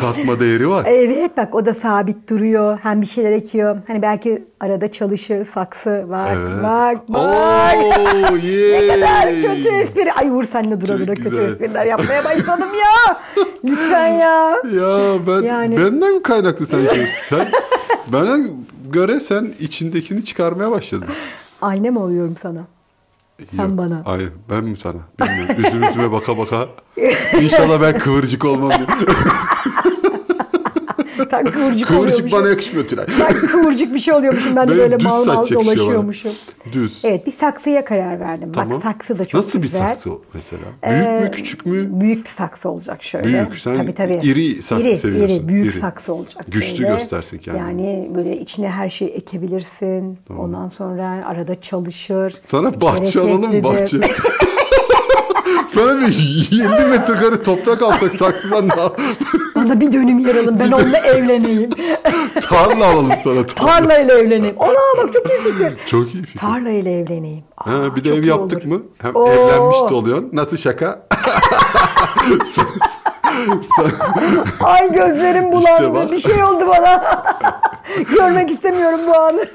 [SPEAKER 1] Katma değeri var.
[SPEAKER 2] Evet bak o da sabit duruyor. Hem bir şeyler ekiyor. Hani belki arada çalışır saksı. Bak
[SPEAKER 1] Evet.
[SPEAKER 2] bak bak.
[SPEAKER 1] Oo,
[SPEAKER 2] Ne
[SPEAKER 1] yey.
[SPEAKER 2] kadar kötü espri. Ay Uğur senle dura
[SPEAKER 1] Çok
[SPEAKER 2] dura kötü
[SPEAKER 1] güzel.
[SPEAKER 2] espriler
[SPEAKER 1] [LAUGHS]
[SPEAKER 2] yapmaya başladım ya. Lütfen ya.
[SPEAKER 1] Ya ben
[SPEAKER 2] Yani-
[SPEAKER 1] benden mi kaynaklı sanki? sen benden göre sen içindekini çıkarmaya başladın.
[SPEAKER 2] Ayna mı oluyorum sana? Sen
[SPEAKER 1] Yok,
[SPEAKER 2] bana.
[SPEAKER 1] Hayır ben mi sana? Bilmiyorum. Üzüm üzüme baka
[SPEAKER 2] [LAUGHS]
[SPEAKER 1] baka. İnşallah ben kıvırcık olmam.
[SPEAKER 2] Sen kıvırcık
[SPEAKER 1] kıvırcık
[SPEAKER 2] oluyormuşsun.
[SPEAKER 1] bana yakışmıyor Tülay.
[SPEAKER 2] Ben kıvırcık bir şey oluyormuşum. Ben de
[SPEAKER 1] Böyle
[SPEAKER 2] böyle
[SPEAKER 1] düz
[SPEAKER 2] mal mal
[SPEAKER 1] saç yakışıyor bana.
[SPEAKER 2] dolaşıyormuşum.
[SPEAKER 1] Düz.
[SPEAKER 2] Evet bir saksıya karar verdim.
[SPEAKER 1] Tamam.
[SPEAKER 2] Bak saksı da çok
[SPEAKER 1] Nasıl
[SPEAKER 2] güzel. Ee,
[SPEAKER 1] bir saksı o mesela? Büyük mü küçük mü?
[SPEAKER 2] Büyük bir saksı olacak şöyle.
[SPEAKER 1] Büyük, sen
[SPEAKER 2] tabii, tabii.
[SPEAKER 1] iri saksı
[SPEAKER 2] iri,
[SPEAKER 1] seviyorsun.
[SPEAKER 2] Iri, büyük
[SPEAKER 1] İri.
[SPEAKER 2] saksı olacak.
[SPEAKER 1] Güçlü
[SPEAKER 2] böyle.
[SPEAKER 1] göstersin kendini.
[SPEAKER 2] Yani böyle içine her şeyi ekebilirsin. Ondan sonra arada çalışır.
[SPEAKER 1] Sana bahçe alalım mı
[SPEAKER 2] Hareketlidir.
[SPEAKER 1] bahçe? Sana bir 50 metrekare toprak alsak saksıdan da
[SPEAKER 2] [LAUGHS] Bana bir dönüm yer alın. Ben
[SPEAKER 1] [LAUGHS]
[SPEAKER 2] onunla evleneyim.
[SPEAKER 1] tarla alalım sana. Tarla.
[SPEAKER 2] Tarlayla evleneyim. Ona bak çok iyi fikir.
[SPEAKER 1] Çok iyi fikir.
[SPEAKER 2] Tarlayla evleneyim. Aa,
[SPEAKER 1] Ha, bir de
[SPEAKER 2] çok
[SPEAKER 1] ev
[SPEAKER 2] iyi
[SPEAKER 1] yaptık
[SPEAKER 2] olur.
[SPEAKER 1] mı? Hem
[SPEAKER 2] Oo.
[SPEAKER 1] evlenmiş de oluyorsun. Nasıl şaka?
[SPEAKER 2] Ay gözlerim bulandı.
[SPEAKER 1] bak.
[SPEAKER 2] bir şey oldu bana. [LAUGHS] Görmek istemiyorum bu anı.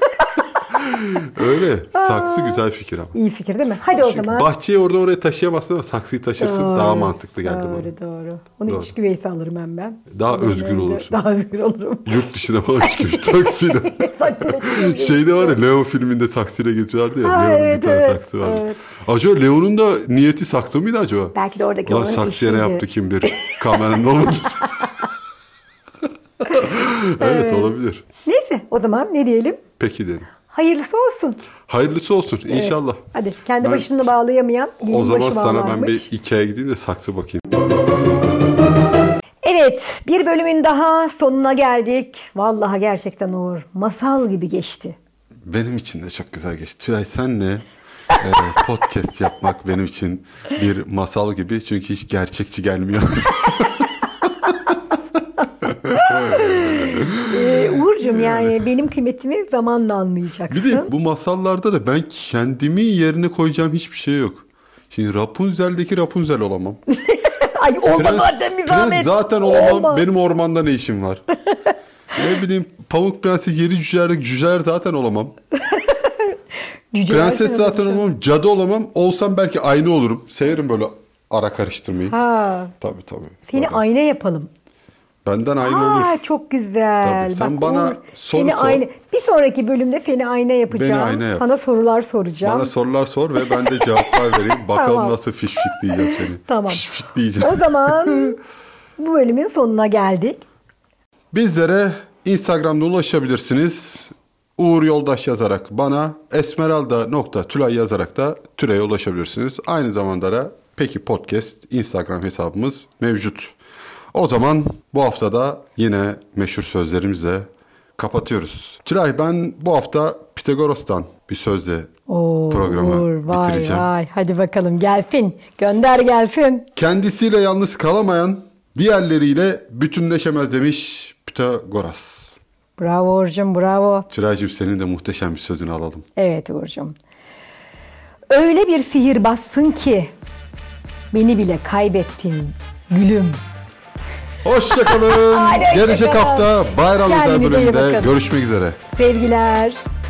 [SPEAKER 1] Öyle. Saksı güzel fikir ama.
[SPEAKER 2] İyi fikir değil mi? Hadi o
[SPEAKER 1] Çünkü
[SPEAKER 2] zaman.
[SPEAKER 1] bahçeyi oradan oraya taşıyamazsın ama saksıyı taşırsın
[SPEAKER 2] Doğru,
[SPEAKER 1] daha mantıklı geldi
[SPEAKER 2] doğru,
[SPEAKER 1] bana.
[SPEAKER 2] Doğru Onu
[SPEAKER 1] Doğru.
[SPEAKER 2] iç güveysi alırım hem ben.
[SPEAKER 1] Daha
[SPEAKER 2] Ondan
[SPEAKER 1] özgür
[SPEAKER 2] önce
[SPEAKER 1] olursun.
[SPEAKER 2] Daha özgür olurum.
[SPEAKER 1] [LAUGHS] Yurt dışına falan çıkıyor
[SPEAKER 2] [LAUGHS]
[SPEAKER 1] taksiyle. [LAUGHS] Şeyde var ya Leo filminde taksiyle geçiyorlardı ya.
[SPEAKER 2] Ha,
[SPEAKER 1] Leon'un
[SPEAKER 2] evet,
[SPEAKER 1] bir tane
[SPEAKER 2] evet,
[SPEAKER 1] saksı vardı.
[SPEAKER 2] evet.
[SPEAKER 1] Acaba Leon'un da niyeti saksı mıydı acaba?
[SPEAKER 2] Belki de oradaki
[SPEAKER 1] Ulan
[SPEAKER 2] onun
[SPEAKER 1] saksıya ne
[SPEAKER 2] işiydi.
[SPEAKER 1] yaptı kim bilir. Kameranın
[SPEAKER 2] [LAUGHS]
[SPEAKER 1] olmadı. [LAUGHS] evet olabilir.
[SPEAKER 2] Neyse o zaman ne diyelim?
[SPEAKER 1] Peki derim.
[SPEAKER 2] Hayırlısı olsun.
[SPEAKER 1] Hayırlısı olsun inşallah.
[SPEAKER 2] Hadi kendi
[SPEAKER 1] Ben-
[SPEAKER 2] başını bağlayamayan
[SPEAKER 1] O
[SPEAKER 2] yeni
[SPEAKER 1] zaman
[SPEAKER 2] başı
[SPEAKER 1] sana ben
[SPEAKER 2] bağlanmış.
[SPEAKER 1] bir Ikea'ya gideyim de saksı bakayım.
[SPEAKER 2] Evet bir bölümün daha sonuna geldik. Vallahi gerçekten Uğur masal gibi geçti.
[SPEAKER 1] Benim için de çok güzel geçti. Tülay senle e, [LAUGHS] podcast yapmak benim için bir masal gibi. Çünkü hiç gerçekçi gelmiyor. [LAUGHS]
[SPEAKER 2] Ee, Uğur'cum yani benim kıymetimi zamanla anlayacaksın.
[SPEAKER 1] bir de bu masallarda da ben kendimi yerine koyacağım hiçbir şey yok. Şimdi Rapunzel'deki Rapunzel olamam.
[SPEAKER 2] [LAUGHS] Ay olma
[SPEAKER 1] Prens,
[SPEAKER 2] zaten bir
[SPEAKER 1] prens
[SPEAKER 2] zahmet.
[SPEAKER 1] zaten olamam.
[SPEAKER 2] Olma.
[SPEAKER 1] Benim ormanda ne işim var? ne bileyim Pamuk Prensi yeri cücer, cücer zaten olamam.
[SPEAKER 2] Cüce
[SPEAKER 1] Prenses
[SPEAKER 2] versene
[SPEAKER 1] zaten
[SPEAKER 2] bana.
[SPEAKER 1] olamam. Cadı olamam. Olsam belki aynı olurum. Severim böyle ara karıştırmayı.
[SPEAKER 2] Ha,
[SPEAKER 1] Tabii tabii.
[SPEAKER 2] seni
[SPEAKER 1] Böyle.
[SPEAKER 2] ayna yapalım.
[SPEAKER 1] Benden aynı olur.
[SPEAKER 2] Aa çok güzel.
[SPEAKER 1] Tabii, sen bana
[SPEAKER 2] Uğur,
[SPEAKER 1] soru
[SPEAKER 2] seni
[SPEAKER 1] sor.
[SPEAKER 2] Ayna, bir sonraki bölümde seni ayna yapacağım.
[SPEAKER 1] Beni ayna yap.
[SPEAKER 2] Sana sorular soracağım.
[SPEAKER 1] Bana sorular sor ve ben de
[SPEAKER 2] [LAUGHS]
[SPEAKER 1] cevaplar vereyim. Bakalım
[SPEAKER 2] Tamam.
[SPEAKER 1] nasıl fiş fik diyeceğim seni.
[SPEAKER 2] Tamam.
[SPEAKER 1] Fiş fik diyeceğim. [LAUGHS]
[SPEAKER 2] O zaman bu bölümün sonuna geldik.
[SPEAKER 1] Bizlere Instagram'da ulaşabilirsiniz. Uğur Yoldaş yazarak bana esmeralda.tülay yazarak da Tülay'a ulaşabilirsiniz. Aynı zamanda da Peki Podcast Instagram hesabımız mevcut. O zaman bu haftada yine meşhur sözlerimizle kapatıyoruz. Tülay ben bu hafta Pitagoras'tan bir sözle
[SPEAKER 2] Oo,
[SPEAKER 1] programı
[SPEAKER 2] Uğur, vay
[SPEAKER 1] bitireceğim.
[SPEAKER 2] vay. Hadi bakalım gelsin. Gönder gelsin.
[SPEAKER 1] Kendisiyle yalnız kalamayan diğerleriyle bütünleşemez demiş Pitagoras.
[SPEAKER 2] Bravo Uğur'cum bravo.
[SPEAKER 1] Tülay'cığım senin de muhteşem bir sözünü alalım.
[SPEAKER 2] Evet Uğur'cum. Öyle bir sihir bassın ki beni bile kaybettin gülüm.
[SPEAKER 1] Hoşçakalın.
[SPEAKER 2] [LAUGHS] Hadi hoşça
[SPEAKER 1] Gelecek
[SPEAKER 2] kalın.
[SPEAKER 1] hafta bayram özel
[SPEAKER 2] Kendinize iyi
[SPEAKER 1] bölümünde
[SPEAKER 2] bakın.
[SPEAKER 1] görüşmek üzere.
[SPEAKER 2] Sevgiler.